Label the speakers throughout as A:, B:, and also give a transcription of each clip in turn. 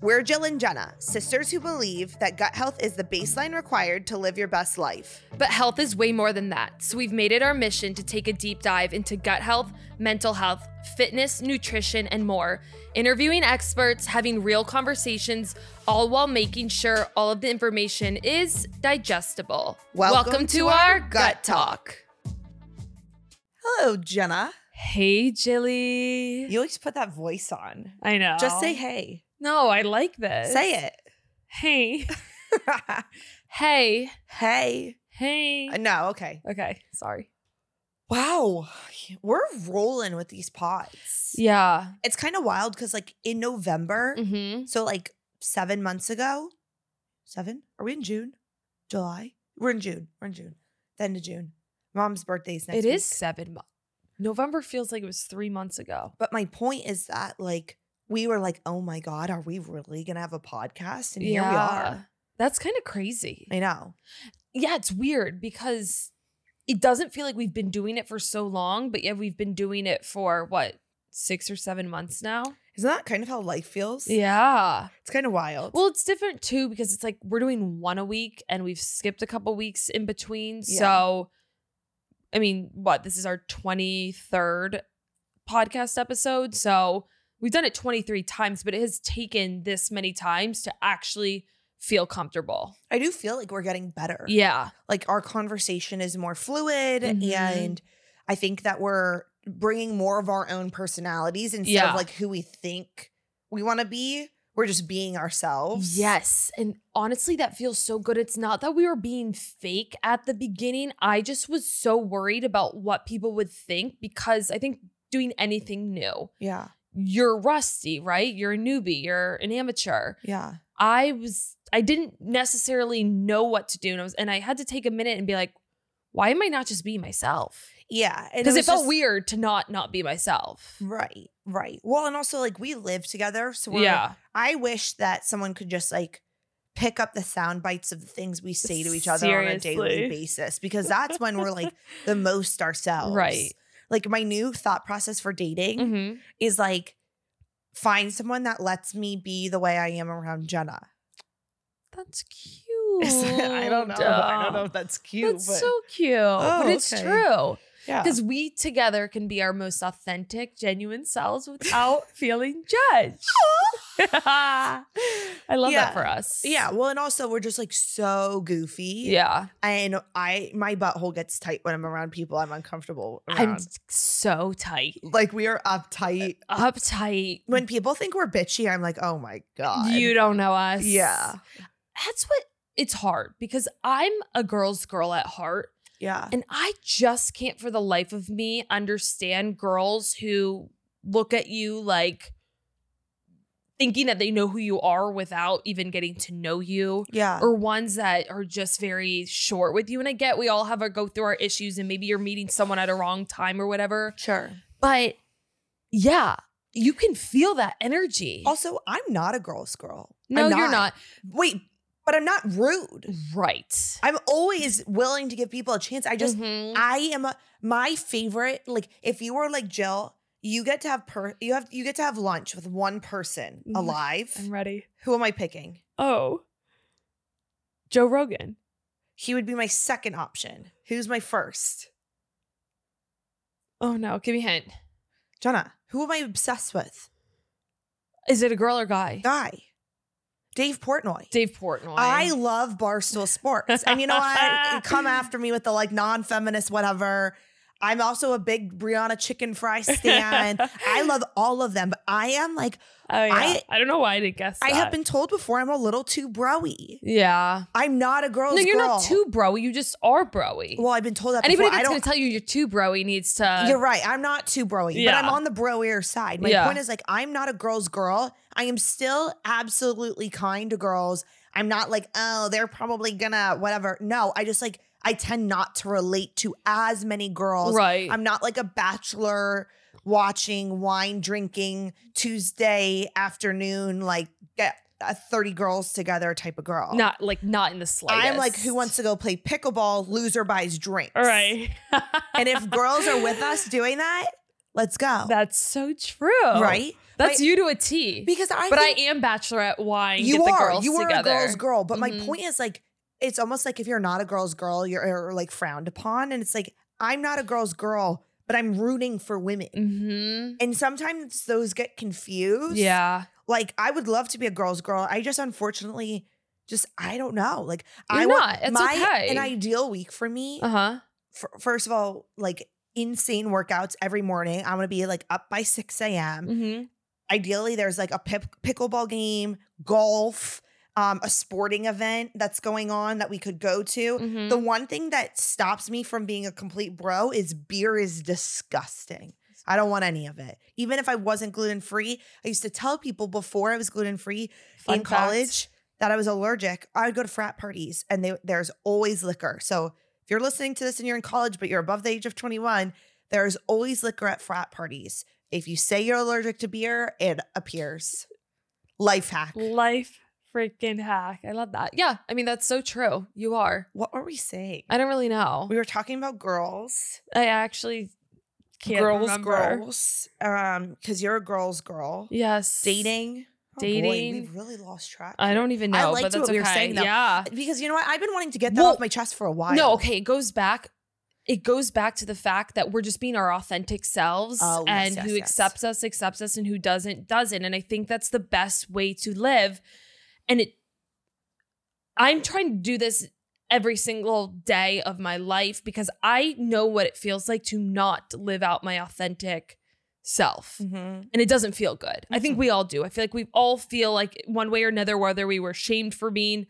A: We're Jill and Jenna, sisters who believe that gut health is the baseline required to live your best life.
B: But health is way more than that. So we've made it our mission to take a deep dive into gut health, mental health, fitness, nutrition, and more, interviewing experts, having real conversations, all while making sure all of the information is digestible.
A: Welcome
B: to,
A: to
B: our
A: our
B: Gut
A: Gut
B: Talk.
A: Hello, Jenna.
B: Hey, Jilly.
A: You always put that voice on.
B: I know.
A: Just say hey.
B: No, I like this.
A: Say
B: Hey.
A: it.
B: Hey.
A: hey.
B: Hey.
A: Uh, No, okay.
B: okay, sorry.
A: Wow. We're rolling with these pods.
B: Yeah.
A: It's kind of wild because, like, in November,
B: Mm-hmm.
A: so like seven months ago, seven? Are we in June? July? We're in June. We're in June. The end of June. Mom's birthday's next
B: It
A: week.
B: is seven months. November feels like it was three months ago.
A: But my point is that, like, we were like, oh my God, are we really going to have a podcast? And here we are.
B: That's kind of crazy.
A: I know.
B: yeah, it's weird because it doesn't feel like we've been doing it for so long, but yeah, we've been doing it for what, six or seven months now?
A: Isn't that kind of how life feels?
B: Yeah.
A: It's kind of wild.
B: Well, it's different too because it's like we're doing one a week and we've skipped a couple weeks in between.
A: Yeah.
B: So, I mean, what? This is our 23rd podcast episode. So, we've done it 23 times, but it has taken this many times to actually feel comfortable.
A: I do feel like we're getting better.
B: Yeah.
A: like our conversation is more fluid
B: Mhm.
A: and i think that we're bringing more of our own personalities instead
B: Yeah.
A: of like who we think we want to be we're just being ourselves
B: Yes. And honestly, that feels so good. It's not that we were being fake at the beginning. I just was so worried about what people would think because I think doing anything new,
A: yeah
B: you're rusty, right? You're a newbie, you're an amateur.
A: yeah
B: I was, I didn't necessarily know what to do. And I was, and I had to take a minute and be like, why am I not just being myself?
A: yeah And
B: Because it,
A: was
B: felt
A: just-
B: weird to not not be myself.
A: right right well and also like we live together so we're,
B: yeah.
A: i wish that someone could just like pick up the sound bites of the things we say to each other on a
B: Seriously.
A: daily basis because that's when we're like the most ourselves
B: Right.
A: like my new thought process for dating
B: Mhm.
A: is like find someone that lets me be the way I am around Jenna.
B: That's cute.
A: I don't know. I don't
B: Um,
A: know if that's cute,
B: That's
A: but
B: so cute. but
A: Oh,
B: it's
A: okay.
B: true.
A: yeah.
B: Because we together can be our most authentic, genuine selves without feeling judged. I love
A: Yeah.
B: that for us.
A: Yeah. Well, and also we're just like so goofy.
B: Yeah.
A: And I my butthole gets tight when I'm around people I'm uncomfortable
B: I'm
A: around.
B: so tight.
A: like we are uptight.
B: Uptight.
A: When people think we're bitchy, I'm like, oh my God.
B: You don't know us.
A: Yeah.
B: That's what it's hard because I'm a girl's girl at heart.
A: Yeah.
B: And I just can't for the life of me understand girls who look at you like thinking that they know who you are without even getting to know you.
A: Yeah.
B: Or ones that are just very short with you. And I get we all have our go through our issues and maybe you're meeting someone at a wrong time or whatever.
A: Sure.
B: But yeah, you can feel that energy.
A: Also, I'm not a girl's girl.
B: no,
A: I'm
B: you're not.
A: Wait, but I'm not rude.
B: Right.
A: I'm always willing to give people a chance. I just
B: Mhm.
A: I am a, my favorite. Like if you were like Jill, you get to have per you have you get to have lunch with one person
B: Mhm.
A: alive.
B: I'm ready.
A: Who am I picking?
B: Oh. Joe Rogan.
A: He would be my second option. Who's my first?
B: Oh no, give me a hint.
A: Jenna. Who am I obsessed with?
B: Is it a girl or guy?
A: Guy. Dave Portnoy.
B: Dave Portnoy.
A: I love barstool sports, and you know what? Come after me with the like non-feminist whatever. I'm also a big Brianna chicken fry stand. I love all of them, but I am like
B: Oh, yeah. I,
A: I-
B: don't know why I didn't guess.
A: I
B: that.
A: have been told before I'm a little too broy.
B: Yeah.
A: I'm not a girl's
B: No, you're
A: girl.
B: not too broy. You just are broy.
A: Well, I've been told that
B: Anybody
A: before.
B: that's
A: I
B: going to
A: don't.
B: tell you you're too broy needs to.
A: you're right. I'm not too broy,
B: Uh, Yeah.
A: but I'm on the broier side. My
B: Yeah.
A: point is like I'm not a girl's girl. I am still absolutely kind to girls. I'm not like oh they're probably gonna whatever. No, I just like I tend not to relate to as many girls.
B: right.
A: I'm not like a bachelor watching wine drinking Tuesday afternoon like get uh, 30 girls together type of girl.
B: not like not in the slightest.
A: I'm like, who wants to go play pickleball? Loser buys drinks.
B: All right.
A: And if girls are with us doing that, let's go.
B: that's so true.
A: Right?
B: That's
A: My-
B: you to a T.
A: because I
B: but I
A: think
B: am bachelorette. Why
A: you
B: get the
A: are
B: girls
A: you are
B: together?
A: a girl's girl. But my
B: Mhm.
A: point is like it's almost like if you're not a girl's girl, you're, you're, like frowned upon, and it's like I'm not a girl's girl, but I'm rooting for women.
B: hmm
A: And sometimes those get confused.
B: Yeah,
A: Like I would love to be a girl's girl. I just unfortunately just I don't know. Like
B: you're
A: I
B: not. It's
A: my
B: okay.
A: an ideal week for me.
B: uh huh.
A: f- first of all, like insane workouts every morning. I'm gonna be like up by 6 a.m.
B: Mm-hmm.
A: Ideally, there's like a pip- pickleball game, golf, um, a sporting event that's going on that we could go to.
B: hmm
A: The one thing that stops me from being a complete bro is beer is disgusting. I don't want any of it. Even if I wasn't gluten free, I used to tell people before I was gluten free in college that I was allergic, I would go to frat parties and they, there's always liquor. So if you're listening to this and you're in college, but you're above the age of 21, there's always liquor at frat parties. If you say you're allergic to beer, it appears. Life hack.
B: life freaking hack. I love that. Yeah, I mean that's so true. You are.
A: What were we saying?
B: I don't really know.
A: We were talking about girls.
B: I actually can't
A: girls,
B: remember.
A: girls. Um, because you're a girl's girl.
B: Yes,
A: Dating. Oh boy,
B: Dating.
A: we've really lost track.
B: I
A: here.
B: don't even
A: I
B: know,
A: liked
B: but that's
A: what we
B: okay.
A: were saying, though.
B: yeah.
A: because you know what? I've been wanting to get that
B: Well,
A: off my chest for a while.
B: No, okay. It goes back. It goes back to the fact that we're just being our authentic selves,
A: Oh, yes,
B: and
A: yes,
B: who
A: yes.
B: accepts us accepts us, and who doesn't doesn't. And I think that's the best way to live. And it, I'm trying to do this every single day of my life because I know what it feels like to not live out my authentic self
A: Mhm.
B: and it doesn't feel good. I think
A: Mhm.
B: we all do. I feel like we all feel like one way or another, whether we were shamed for being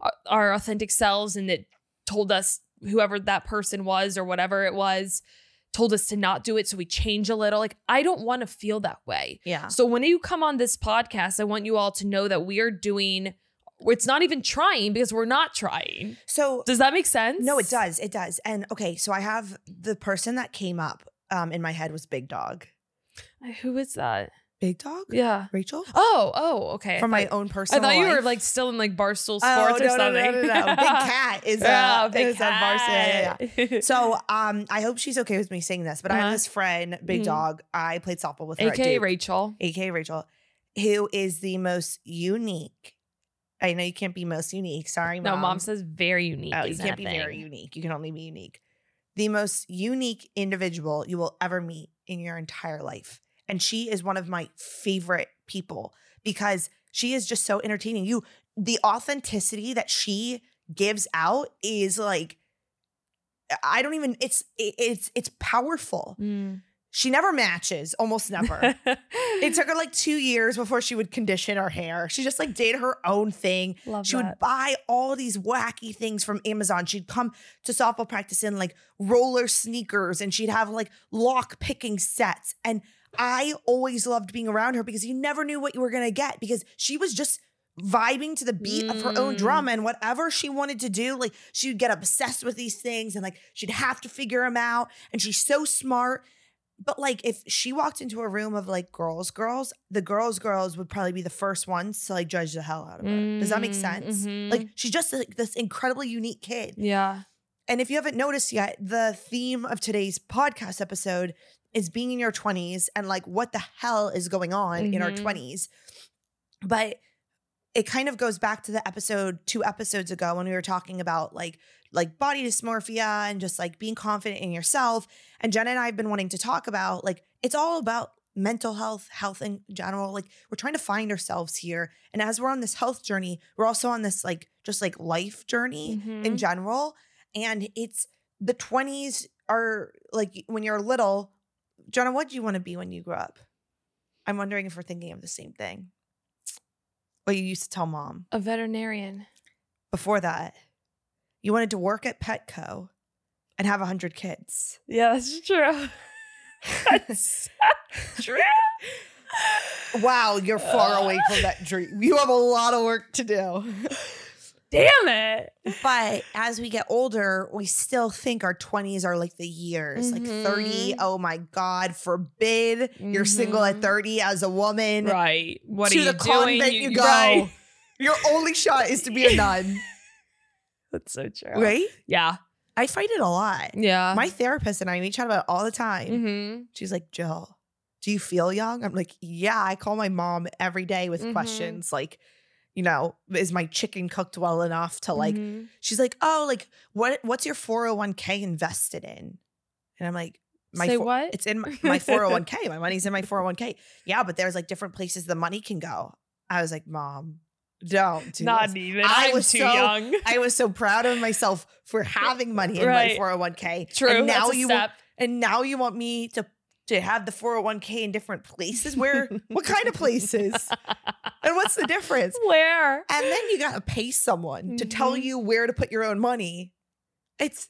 B: our- our authentic selves and it told us whoever that person was or whatever it was told us to not do it. So we change a little. Like, I don't want to feel that way.
A: Yeah.
B: So when you come on this podcast, I want you all to know that we are doing, it's not even trying because we're not trying.
A: So
B: Does that make sense?
A: No, it does. It does. And okay, so I have the person that came up um, in my head was Big Dog.
B: Who is that?
A: Big Dog?
B: Yeah.
A: Rachel?
B: Oh, oh, okay. I
A: From my
B: thought-
A: own
B: I
A: personal
B: thought you
A: life.
B: were like still in like Barstool Sports
A: oh,
B: or
A: no, no,
B: something. Oh,
A: no, no, no. Big Cat is a, is a varsity. yeah, yeah, yeah. So um, I hope she's okay with me saying this, but I
B: Uh-huh.
A: have this friend, Big
B: Mhm.
A: Dog. I played softball with her. at
B: AKA
A: Duke.
B: Rachel.
A: AKA Rachel, who is the most unique. I know you can't be most unique. Sorry,
B: No,
A: mom.
B: mom says very unique.
A: Oh, you
B: is
A: can't
B: that
A: be very
B: thing.
A: unique. You can only be unique. The most unique individual you will ever meet in your entire life. And she is one of my favorite people because she is just so entertaining. You, the authenticity that she gives out is like, I don't even. It's it- it's it's powerful.
B: Mm.
A: She never matches, almost never. it took her like two years before she would condition her hair. She just like did her own thing.
B: Love
A: She would
B: that.
A: buy all these wacky things from Amazon. She'd come to softball practice in like roller sneakers and she'd have like lock picking sets. And I always loved being around her because you never knew what you were going to get because she was just vibing to the beat of her own
B: Mm.
A: drum and whatever she wanted to do like she would get obsessed with these things and like she'd have to figure them out and she's so smart but like if she walked into a room of like girls girls the girls girls would probably be the first ones to like judge the hell out of her does that make
B: Mm,
A: sense
B: mhm.
A: like she's just like this incredibly unique kid.
B: yeah.
A: And if you haven't noticed yet, the theme of today's podcast episode is being in your 20s and like what the hell is going on in our
B: Mhm.
A: 20s. But it kind of goes back to the episode two episodes ago when we were talking about like like body dysmorphia and just like being confident in yourself. And Jenna and I have been wanting to talk about like it's all about mental health, health in general. Like we're trying to find ourselves here. And as we're on this health journey, we're also on this like just like life journey in
B: Mhm.
A: general. And it's the 20s are like when you're little. Jenna, what do you want to be when you grow up? I'm wondering if we're thinking of the same thing. What you used to tell mom
B: A veterinarian.
A: before that. You wanted to work at Petco and have 100 kids.
B: Yeah, that's true. that's so true.
A: Wow, you're far away from that dream. You have a lot of work to do.
B: Damn it.
A: but as we get older, we still think our 20s are like the years, like 30.
B: Mhm.
A: Oh my God, forbid you're single at
B: Mhm.
A: 30 as a woman.
B: Right. What
A: to
B: are you
A: the
B: doing?
A: convent you go.
B: right.
A: Your only shot is to be a nun,
B: That's so true.
A: right?
B: Yeah.
A: I fight it a lot.
B: Yeah.
A: My therapist and I, we chat about it all the time.
B: mm-hmm.
A: She's like, Jill, do do you feel young? I'm like, yeah, I call my mom every day with
B: Mhm.
A: questions like, you know, is my chicken cooked well enough to like
B: Mhm.
A: she's like, "Oh, like what what's your 401k invested in?" And I'm like, my
B: say
A: four-
B: what?
A: it's in my, my 401k. My money's in my 401k. Yeah, but there's like different places the money can go. I was like, "Mom, don't do this."
B: even.
A: I was so-
B: young.
A: I was so proud of myself for having money in
B: Right.
A: my 401k.
B: True.
A: And now
B: that's a
A: you want,
B: step.
A: and now you want me to to have the 401k in different places? Where what kind of places? And what's the difference?
B: Where?
A: And then you got to pay someone to tell
B: Mhm.
A: you where to put your own money. It's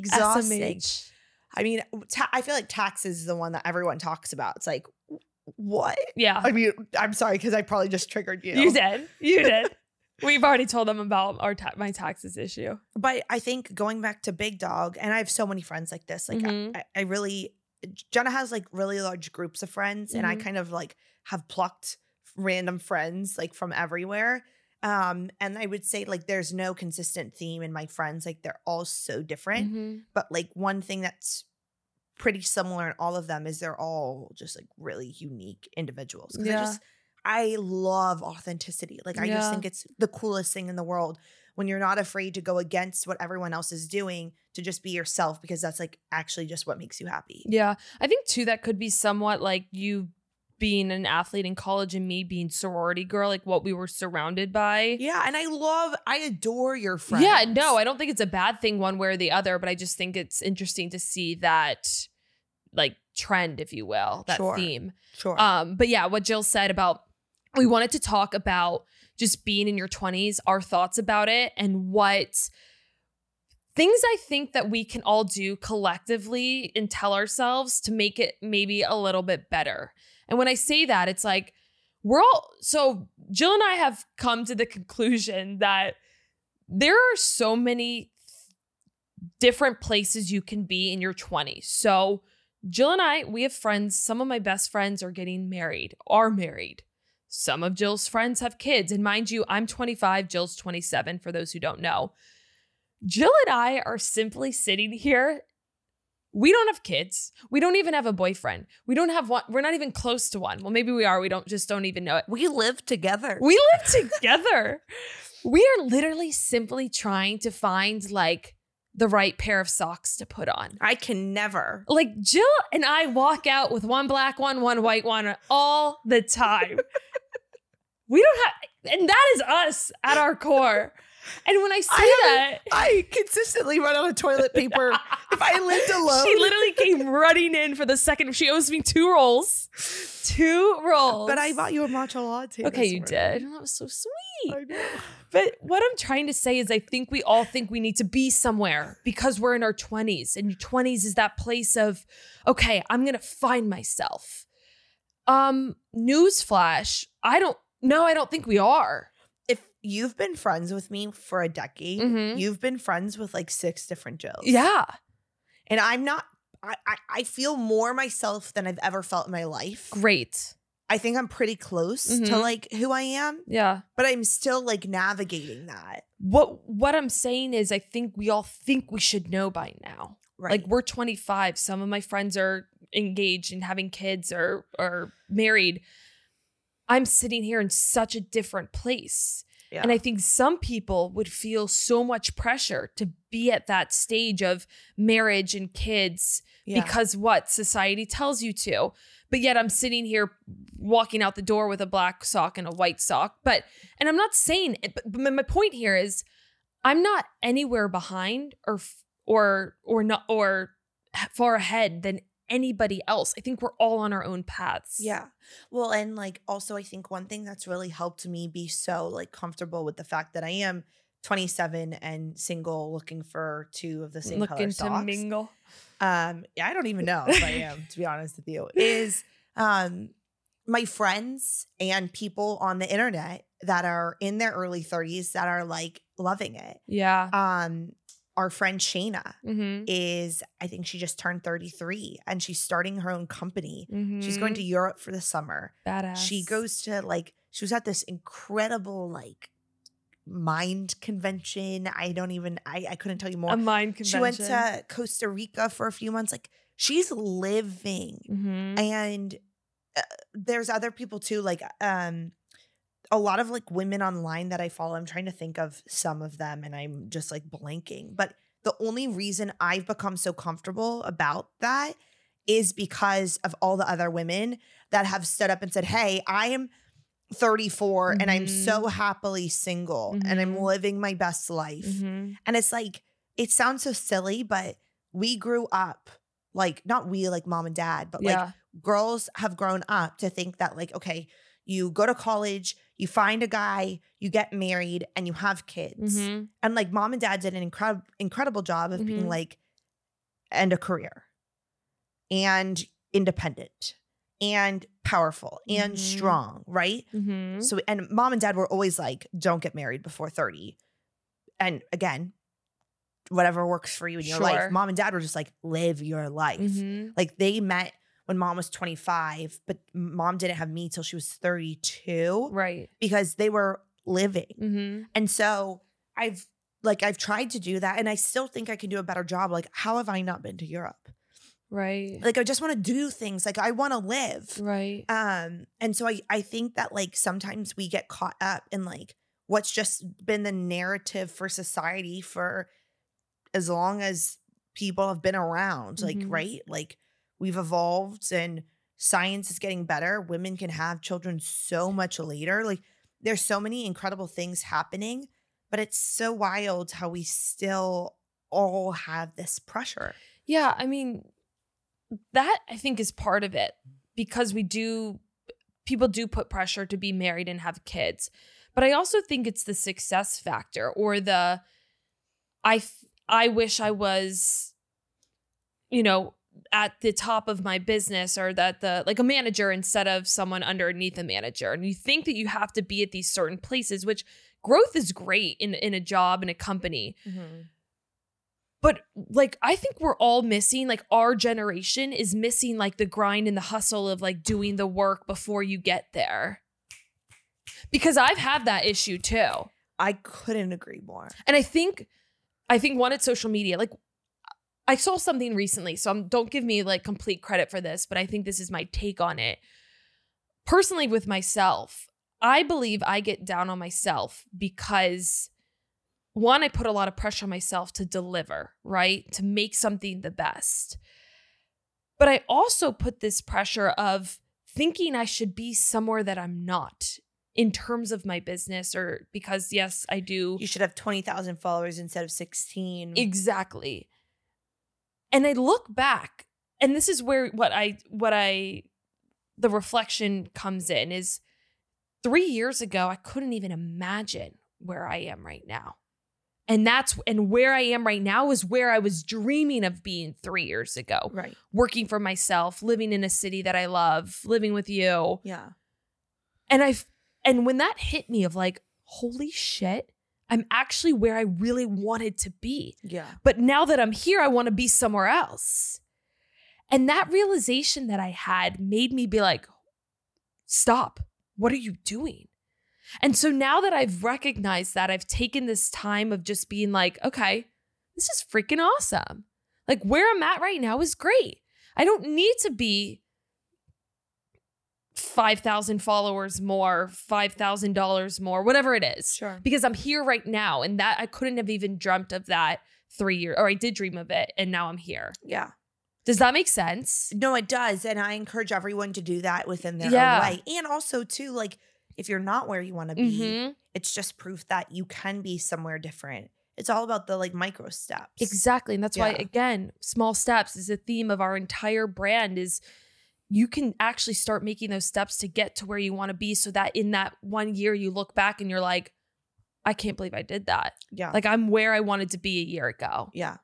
A: exhausting.
B: SMH.
A: I mean, ta- I feel like taxes is the one that everyone talks about. It's like, what?
B: Yeah.
A: I mean, I'm sorry because I probably just triggered Uh, you.
B: You did. You did. We've already told them about our ta- my taxes issue.
A: But I think going back to Big Dog, and I have so many friends like this. Like, I-
B: Mhm.
A: I, I really, Jenna has like really large groups of friends, and I
B: Mhm.
A: kind of like have plucked random friends like from everywhere. Um, and I would say like there's no consistent theme in my friends. Like they're all so different.
B: Mhm.
A: But like one thing that's pretty similar in all of them is they're all just like really unique individuals. 'Cause
B: Yeah.
A: I just I love authenticity. Like I
B: Yeah.
A: just think it's the coolest thing in the world when you're not afraid to go against what everyone else is doing to just be yourself because that's like actually just what makes you happy.
B: Yeah. I think too that could be somewhat like you being an athlete in college and me being sorority girl, like what we were surrounded by.
A: Yeah, and I love I adore your friends.
B: Yeah, no, I don't think it's a bad thing one way or the other, but I just think it's interesting to see that like trend, if you will, that
A: Sure.
B: theme.
A: sure.
B: Um, but yeah, what Jill said about we wanted to talk about just being in your 20s, our thoughts about it, and what things I think that we can all do collectively and tell ourselves to make it maybe a little bit better. And when I say that, it's like we're all so Jill and I have come to the conclusion that there are so many different places you can be in your 20s. So Jill and I, we have friends. Some of my best friends are getting married, are married. Some of Jill's friends have kids. And mind you, I'm 25, Jill's 27, for those who don't know. Jill and I are simply sitting here. We don't have kids. We don't even have a boyfriend. We don't have one. We're not even close to one. Well, maybe we are. We don't just don't even know it.
A: we live together.
B: We live together. we are literally simply trying to find like the right pair of socks to put on.
A: I can never.
B: Like Jill and I walk out with one black one, one white one all the time. we don't have, and that is us at our core. And when I say
A: I
B: that,
A: I consistently run out of toilet paper. if I lived alone,
B: she literally came running in for the second. She owes me two rolls, two rolls.
A: but I bought you a matcha latte.
B: Okay,
A: this
B: you
A: morning.
B: did. Oh, That was so sweet.
A: I know.
B: But what I'm trying to say is, I think we all think we need to be somewhere because we're in our 20s, and your 20s is that place of, okay, I'm gonna find myself. Um, newsflash, I don't. No, I don't think we are.
A: if you've been friends with me for a decade,
B: Mhm.
A: you've been friends with like six different Jills.
B: Yeah,
A: And I'm not, I, I, I feel more myself than I've ever felt in my life.
B: great.
A: I think I'm pretty close to
B: Mhm.
A: like who I am,
B: Yeah.
A: but I'm still like navigating that.
B: What What I'm saying is, I think we all think we should know by now.
A: Right.
B: Like we're 25. Some of my friends are engaged and having kids or or married. I'm sitting here in such a different place.
A: yeah.
B: And I think some people would feel so much pressure to be at that stage of marriage and kids
A: Yeah.
B: because what society tells you to. But yet I'm sitting here walking out the door with a black sock and a white sock. But, and I'm not saying it, but, but my- my point here is I'm not anywhere behind or, f- or, or not, or far ahead than anybody else. I think we're all on our own paths.
A: Yeah. Well, and like also, I think one thing that's really helped me be so like comfortable with the fact that I am 27 and single, looking for two of the same color
B: Looking to
A: socks.
B: mingle.
A: um yeah, i don't even know if i am to be honest with you is um my friends and people on the internet that are in their early 30s that are like loving it
B: Yeah.
A: um our friend shayna
B: Mm-hmm.
A: is i think she just turned 33 and she's starting her own company
B: Mm-hmm.
A: she's going to europe for the summer
B: badass.
A: she goes to like she was at this incredible like mind convention i don't even i, I couldn't tell you more
B: a mind convention.
A: she went to Costa Rica for a few months. Like she's living.
B: Mhm.
A: And uh, there's other people too, like um, a lot of like women online that I follow. I'm trying to think of some of them, and I'm just like blanking. But the only reason I've become so comfortable about that is because of all the other women that have stood up and said, "Hey, I am 34 and I'm
B: Mhm.
A: so happily single and I'm
B: Mhm.
A: living my best life."
B: Mhm.
A: And it's like, it sounds so silly, but we grew up like, not we, like mom and dad, but like
B: yeah.
A: girls have grown up to think that, like, okay, you go to college, you find a guy, you get married, and you have kids.
B: Mhm.
A: And like, mom and dad did an incredible, incredible job of being
B: Mhm.
A: like, and a career, and independent, and powerful, and
B: Mhm.
A: strong, right?
B: Mhm.
A: So, and mom and dad were always like, don't get married before 30. And again, whatever works for you in your
B: Sure.
A: life. Mom and dad were just like, live your life.
B: Mhm.
A: Like they met when mom was 25, but mom didn't have me till she was 32
B: Right.
A: because they were living.
B: Mm-hmm.
A: And so I've like, I've tried to do that and I still think I can do a better job. Like, how have I not been to Europe?
B: Right.
A: Like, I just want to do things. Like, I want to live
B: right.
A: um and so i i think that like sometimes we get caught up in like what's just been the narrative for society for as long as people have been around like
B: Mhm.
A: right like we've evolved and science is getting better women can have children so much later like there's so many incredible things happening but it's so wild how we still all have this pressure
B: Yeah, I mean, that I think is part of it because we do, people do put pressure to be married and have kids. But I also think it's the success factor or the, I, f- I wish I was, you know, at the top of my business or that the, like a manager instead of someone underneath a manager. And you think that you have to be at these certain places, which growth is great in, in a job and a company but like i think we're all missing like our generation is missing like the grind and the hustle of like doing the work before you get there because i've had that issue too
A: i couldn't agree more
B: and i think i think one it's social media like i saw something recently so I'm, don't give me like complete credit for this but i think this is my take on it personally with myself i believe i get down on myself because one i put a lot of pressure on myself to deliver right to make something the best but i also put this pressure of thinking i should be somewhere that i'm not in terms of my business or because yes i do
A: you should have 20,000 followers instead of 16
B: Exactly. And I look back, and this is where what I what I the reflection comes in is three years ago, I couldn't even imagine where I am right now. And that's and where I am right now is where I was dreaming of being three years ago.
A: Right.
B: Working for myself, living in a city that I love, living with you.
A: Yeah.
B: And I've and when that hit me of like, holy shit, I'm actually where I really wanted to be.
A: Yeah.
B: But now that I'm here, I want to be somewhere else. And that realization that I had made me be like, stop. What are you doing? And so now that I've recognized that, I've taken this time of just being like, okay, this is freaking awesome. Like where I'm at right now is great. I don't need to be 5,000 followers more, $5,000 more, whatever it is
A: Sure.
B: because I'm here right now. And that I couldn't have even dreamt of that three years, or I did dream of it, and now I'm here.
A: Yeah.
B: Does that make sense?
A: No, it does. And I encourage everyone to do that within their
B: Yeah.
A: own way. And also, too, like if you're not where you want to be,
B: Mhm.
A: it's just proof that you can be somewhere different. It's all about the like micro steps.
B: Exactly. And that's why,
A: Yeah.
B: again, small steps is the theme of our entire brand is you can actually start making those steps to get to where you want to be so that in that one year you look back and you're like, I can't believe I did that.
A: Yeah.
B: Like I'm where I wanted to be a year ago.
A: yeah.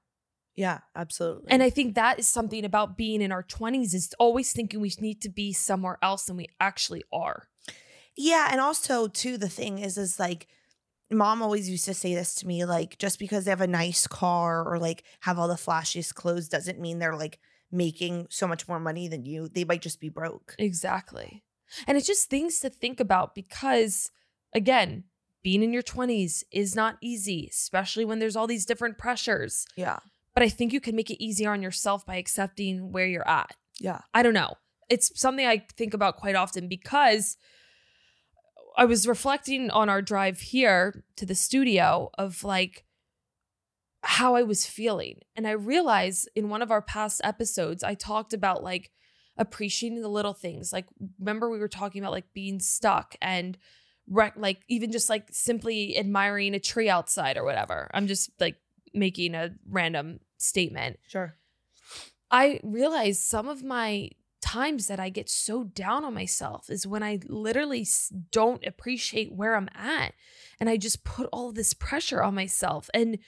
A: Yeah. Absolutely.
B: And I think that is something about being in our 20s is always thinking we need to be somewhere else than we actually are.
A: Yeah, and also too, the thing is, is like, mom always used to say this to me, like, just because they have a nice car or like have all the flashiest clothes doesn't mean they're like making so much more money than you. They might just be broke.
B: Exactly. And it's just things to think about because, again, being in your 20s is not easy, especially when there's all these different pressures.
A: Yeah,
B: But I think you can make it easier on yourself by accepting where you're at.
A: yeah,
B: I don't know. it's something I think about quite often because I was reflecting on our drive here to the studio of like how I was feeling. And I realized in one of our past episodes, I talked about like appreciating the little things. Like, remember, we were talking about like being stuck and rec- like even just like simply admiring a tree outside or whatever. I'm just like making a random statement.
A: Sure.
B: I realize some of my times that I get so down on myself is when I literally s- don't appreciate where I'm at and I just put all this pressure on myself. And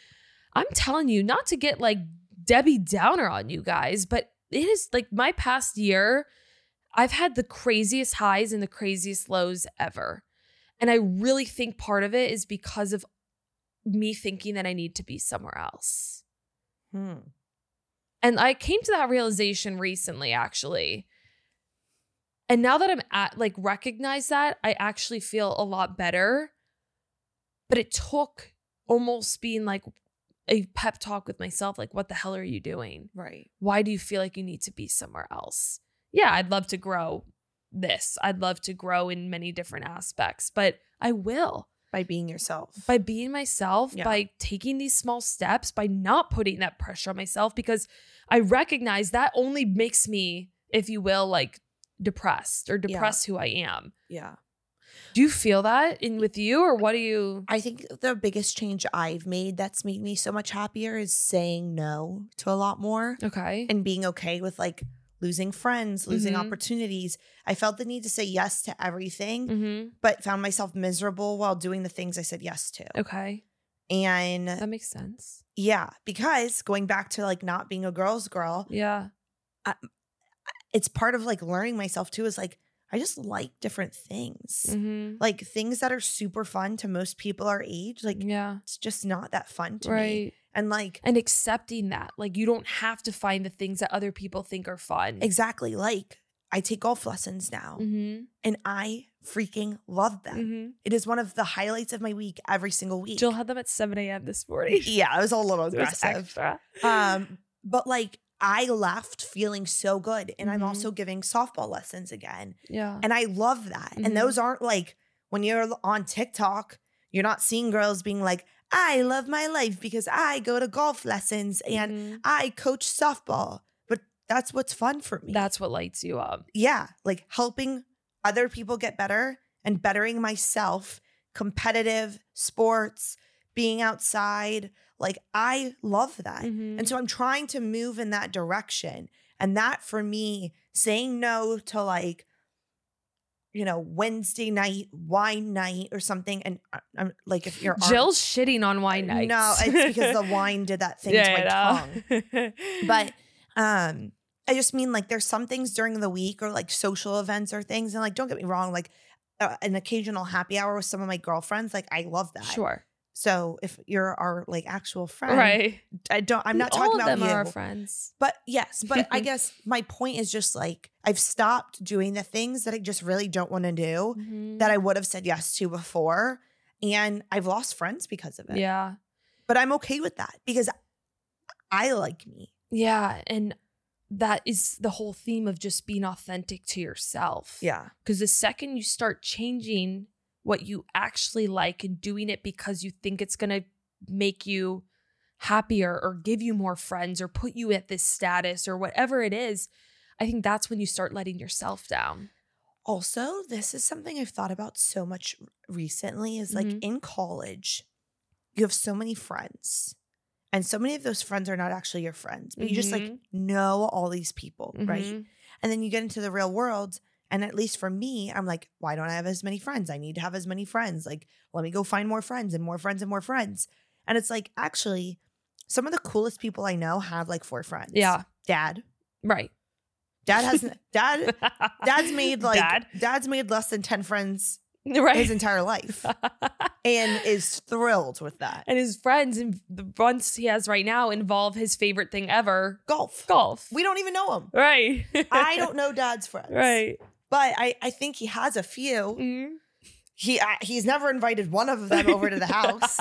B: I'm telling you, not to get like Debbie Downer on you guys, but it is like my past year, I've had the craziest highs and the craziest lows ever. And I really think part of it is because of me thinking that I need to be somewhere else.
A: Hmm.
B: And I came to that realization recently, actually. And now that I'm at like recognize that, I actually feel a lot better. But it took almost being like a pep talk with myself, like, what the hell are you doing?
A: Right.
B: Why do you feel like you need to be somewhere else? Yeah, I'd love to grow this. I'd love to grow in many different aspects, but I will
A: By being yourself.
B: by being myself,
A: Yeah.
B: by taking these small steps, by not putting that pressure on myself because I recognize that only makes me, if you will, like depressed or
A: Yeah.
B: depress who I am.
A: yeah.
B: Do you feel that in with you or what do you
A: I think the biggest change I've made that's made me so much happier is saying no to a lot more
B: Okay.
A: and being okay with like losing friends, losing
B: Mhm.
A: opportunities. I felt the need to say yes to everything,
B: Mhm.
A: but found myself miserable while doing the things I said yes to.
B: Okay.
A: And
B: That makes sense.
A: yeah, because going back to like not being a girl's girl,
B: Yeah.
A: it's part of like learning myself too is like I just like different things.
B: Mhm.
A: Like things that are super fun to most people our age, like
B: Yeah.
A: it's just not that fun to me.
B: Mm-hmm. Right.
A: And like
B: And accepting that. Like you don't have to find the things that other people think are fun.
A: exactly like I take golf lessons now
B: Mhm.
A: and I freaking love them.
B: Mhm.
A: It is one of the highlights of my week every single week.
B: Jill had them at 7 a.m. this morning.
A: yeah, it was a little
B: It was
A: aggressive.
B: extra.
A: Um, but like I left feeling so good. And I'm
B: Mhm.
A: also giving softball lessons again.
B: yeah.
A: And I love that.
B: Mhm.
A: And those aren't like when you're l- on TikTok, you're not seeing girls being like, I love my life because I go to golf lessons and
B: Mhm.
A: I coach softball. But that's what's fun for me.
B: That's what lights you up.
A: yeah, like helping other people get better and bettering myself, competitive sports, being outside. Like I love that. And so
B: Mm-hmm.
A: I'm trying to move in that direction. And that for me, saying no to like, you know, Wednesday night, wine night or something. And I- I'm like, if you're on-
B: Jill's shitting on wine nights.
A: No, it's because the wine did that thing to my tongue
B: tongue.
A: but um i just mean like there's some things during the week or like social events or things and like don't get me wrong like uh, an occasional happy hour with some of my girlfriends like i love that
B: sure,
A: so if you're our like actual friend
B: right?
A: i don't i'm not
B: All
A: talking
B: of
A: about
B: them
A: you
B: are our friends.
A: but yes but i guess my point is just like i've stopped doing the things that i just really don't want to do that i would have said yes to before and i've lost friends because of it
B: yeah,
A: but i'm okay with that because i like me
B: yeah, and that is the whole theme of just being authentic to yourself.
A: yeah
B: because the second you start changing what you actually like and doing it because you think it's going to make you happier or give you more friends or put you at this status or whatever it is i think that's when you start letting yourself down
A: also this is something i've thought about so much r- recently is like
B: Mhm.
A: in college you have so many friends and so many of those friends are not actually your friends but you just like
B: Mhm.
A: know all these people right
B: Mhm.
A: and then you get into the real world and at least for me i'm like why don't i have as many friends i need to have as many friends like let me go find more friends and more friends and more friends and it's like actually some of the coolest people i know have like four friends
B: yeah
A: dad
B: right
A: dad has dad dad's made like
B: Dad.
A: dad's made less than 10 friends his
B: right
A: entire life and is thrilled with that.
B: and his friends and the ones he has right now involve his favorite thing ever
A: Golf.
B: golf
A: We don't even know him.
B: right
A: I don't know dad's friends.
B: right
A: But I, I think he has a few.
B: Mhm.
A: He uh, he's never invited one of them over to the house.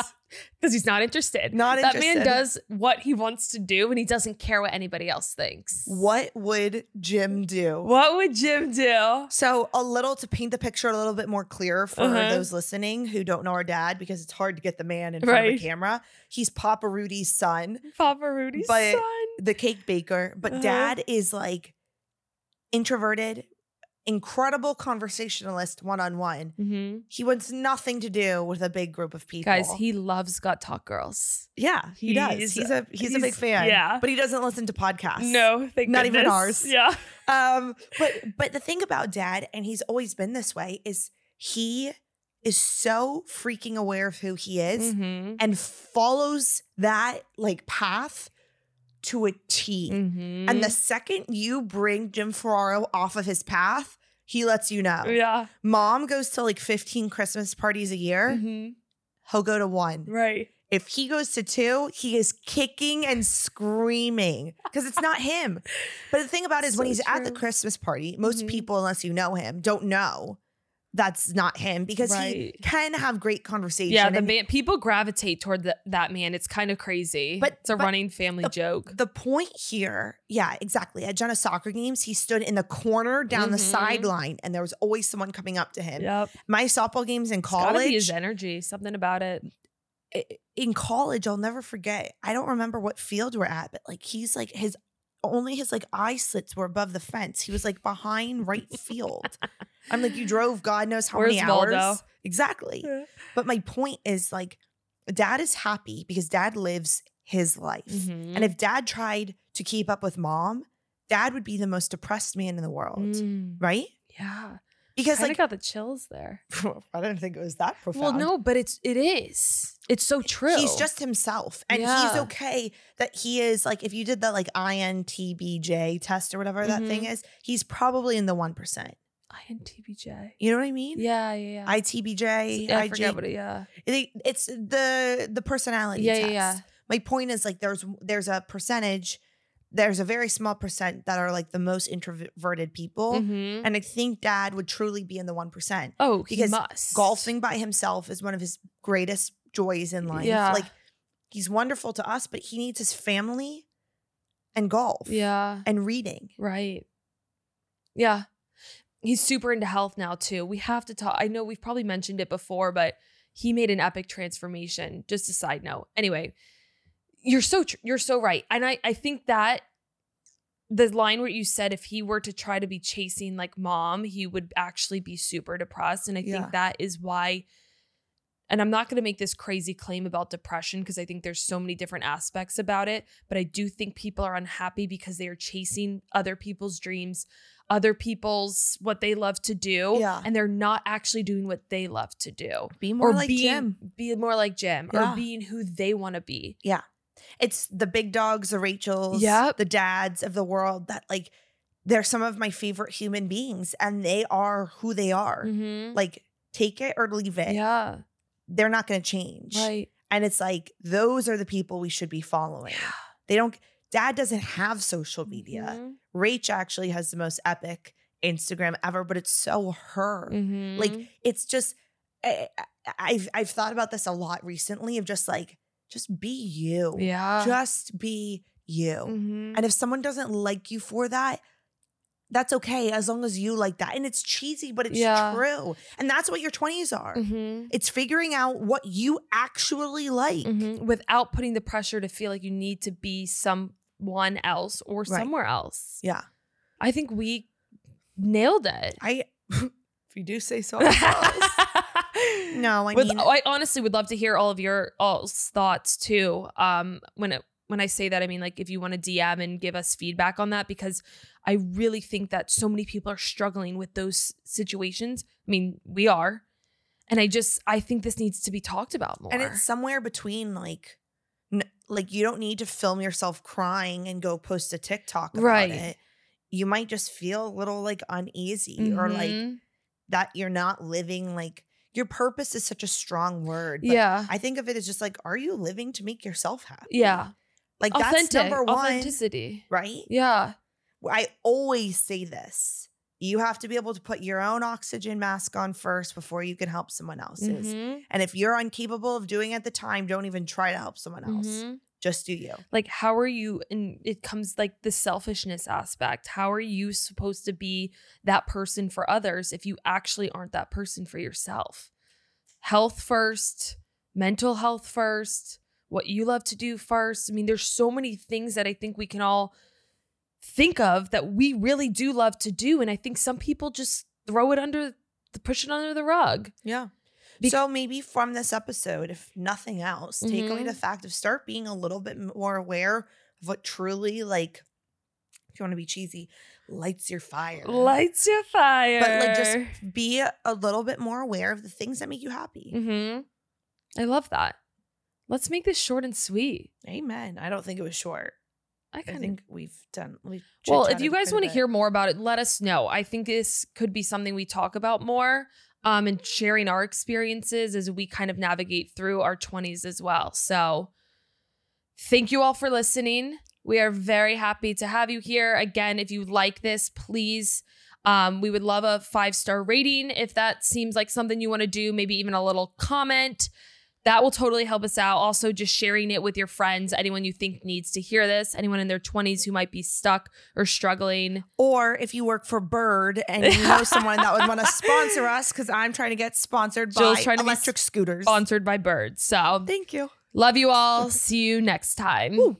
B: because he's not interested.
A: Not
B: that man
A: interested.
B: does what he wants to do and he doesn't care what anybody else thinks.
A: What would Jim do?
B: What would Jim do?
A: So, a little to paint the picture a little bit more clear for
B: Uh-huh.
A: those listening who don't know our dad, because it's hard to get the man in front of
B: Right.
A: the camera. He's Papa Rudy's son,
B: Papa Rudy's
A: But-
B: son.
A: the cake baker, but
B: Uh-huh.
A: dad is like introverted, incredible conversationalist one on one.
B: Mhm.
A: He wants nothing to do with a big group of people.
B: Guys, he loves Got Talk Girls.
A: yeah, he does.
B: he's-
A: He's a he's, a big
B: he's-
A: fan.
B: yeah.
A: but he doesn't listen to podcasts.
B: thank
A: Not even ours.
B: Yeah.
A: um but but the thing about dad and he's always been this way is he is so freaking aware of who he is
B: Mm-hmm.
A: and follows that like path to a T.
B: Mm-hmm.
A: and the second you bring jim ferraro off of his path he lets you know
B: yeah.
A: mom goes to like 15 christmas parties a year
B: Mhm.
A: he'll go to one
B: Right.
A: if he goes to two he is kicking and screaming because it's not him but the thing about it is when
B: So
A: he's at the
B: true.
A: Christmas party, most
B: Mhm.
A: people, unless you know him, don't know that's not him because he
B: Right.
A: can have great conversation.
B: Yeah, the
A: and
B: man people gravitate toward the, that man. It's kind of crazy.
A: But-
B: it's a
A: but
B: running family joke.
A: the point here, yeah, exactly. At Jenna's soccer games, he stood in the corner down the
B: Mhm.
A: sideline, and there was always someone coming up to him.
B: Yep.
A: My softball games in
B: Gotta be
A: college,
B: his energy. Something about it.
A: i- in college, I'll never forget. I don't remember what field we're at, but like he's like his only his like eye slits were above the fence. He was like behind right field. I'm like, you drove God knows how many
B: Where's
A: hours.
B: Waldo?
A: Exactly. But my point is like dad is happy because dad lives his life.
B: Mhm.
A: And if dad tried to keep up with mom, dad would be the most depressed man in the world.
B: Mm.
A: Right?
B: Yeah.
A: Because
B: kind of
A: like
B: got the chills there.
A: I don't think it was that profound.
B: Well, no, but it's it is. It's so true.
A: He's just himself. And he's
B: Yeah.
A: okay that he is like if you did that like INTBJ test or whatever that
B: Mm-hmm.
A: thing is, he's probably in the one percent.
B: INTBJ.
A: You know what I mean?
B: Yeah, yeah, yeah.
A: ITBJ,
B: yeah, I
A: IG.
B: forget what it. Yeah,
A: I think it's the the personality
B: yeah, yeah,
A: E test.
B: yeah.
A: my point is like there's there's a percentage there's a very small percent that are like the most introverted people
B: Mhm.
A: and i think dad would truly be in the 1%
B: Oh,
A: because
B: he must
A: golfing by himself is one of his greatest joys in life
B: Yeah.
A: like he's wonderful to us but he needs his family and golf
B: Yeah,
A: and reading
B: right. Yeah, he's super into health now too. We have to talk. I know we've probably mentioned it before, but he made an epic transformation. Just a side note. Anyway, you're so tr- you're so right, and I I think that the line where you said if he were to try to be chasing like mom, he would actually be super depressed, and I
A: Yeah.
B: think that is why. And I'm not going to make this crazy claim about depression because I think there's so many different aspects about it, but I do think people are unhappy because they are chasing other people's dreams, other people's what they love to do,
A: Yeah.
B: and they're not actually doing what they love to do
A: be more
B: or
A: like
B: being,
A: jim
B: Be more like Jim
A: Yeah.
B: or being who they want to be.
A: it's the big dogs the rachels
B: Yep.
A: the dads of the world that like they're some of my favorite human beings and they are who they are like take it or leave it
B: Mm-hmm. Yeah.
A: they're not going to change
B: Right.
A: and it's like those are the people we should be following they don't dad doesn't have social media
B: Mhm.
A: rach actually has the most epic instagram ever but it's so her
B: Mhm.
A: like it's just I, I- i've i've thought about this a lot recently of just like just be you
B: yeah.
A: just be you
B: Mhm.
A: and if someone doesn't like you for that, that's okay as long as you like that. And it's cheesy, but it's
B: Yeah.
A: true. And that's what your 20s are.
B: Mhm.
A: It's figuring out what you actually like.
B: Mhm. Without putting the pressure to feel like you need to be someone else or
A: Right.
B: somewhere else.
A: Yeah.
B: I think we nailed it.
A: I if you do say so.
B: no.
A: no, I
B: With,
A: mean
B: I honestly would love to hear all of your all's thoughts too. Um, when it, when I say that, I mean like if you want to DM and give us feedback on that, because I really think that so many people are struggling with those situations. I mean, we are, and I just I think this needs to be talked about more.
A: and it's somewhere between like n- like you don't need to film yourself crying and go post a TikTok about
B: Right.
A: it. You might just feel a little like uneasy or like
B: Mhm.
A: that you're not living like your purpose is such a strong word. but
B: yeah,
A: I think of it as just like, are you living to make yourself happy?
B: yeah,
A: Like
B: authentic
A: that's number one,
B: authenticity.
A: right?
B: Yeah,
A: I always say this. you have to be able to put your own oxygen mask on first before you can help someone else's.
B: mm-hmm,
A: And if you're incapable of doing it at the time, don't even try to help someone else.
B: Mhm.
A: Just do you.
B: Like, how are you? And it comes like the selfishness aspect. How are you supposed to be that person for others if you actually aren't that person for yourself? Health first, mental health first, what you love to do first. I mean, there's so many things that I think we can all think of that we really do love to do. And I think some people just throw it under, push it under the rug.
A: Yeah.
B: Bec-
A: so maybe from this episode, if nothing else, take away
B: Mhm.
A: the fact of start being a little bit more aware of what truly like if you want to be cheesy, lights your fire.
B: Lights your fire.
A: But like just be a little bit more aware of the things that make you happy.
B: Mm-hmm. I love that. Let's make this short and sweet.
A: Amen. I don't think it was short.
B: I
A: I
B: kind
A: think we've done we
B: of. Well, if you guys want to hear more about it, let us know. I think this could be something we talk about more um, and sharing our experiences as we kind of navigate through our 20s as well. So thank you all for listening. We are very happy to have you here. Again, if you like this, please. Um, we would love a five star rating if that seems like something you want to do, maybe even a little comment. that will totally help us out. Also, just sharing it with your friends, anyone you think needs to hear this, anyone in their 20s who might be stuck or struggling.
A: Or if you work for Bird and you know someone that would want to sponsor us, because I'm trying to get sponsored
B: Jill's
A: by
B: trying to be
A: electric scooters.
B: Sponsored by Birds. So,
A: Thank you.
B: love you all. See you next time.
A: Ooh.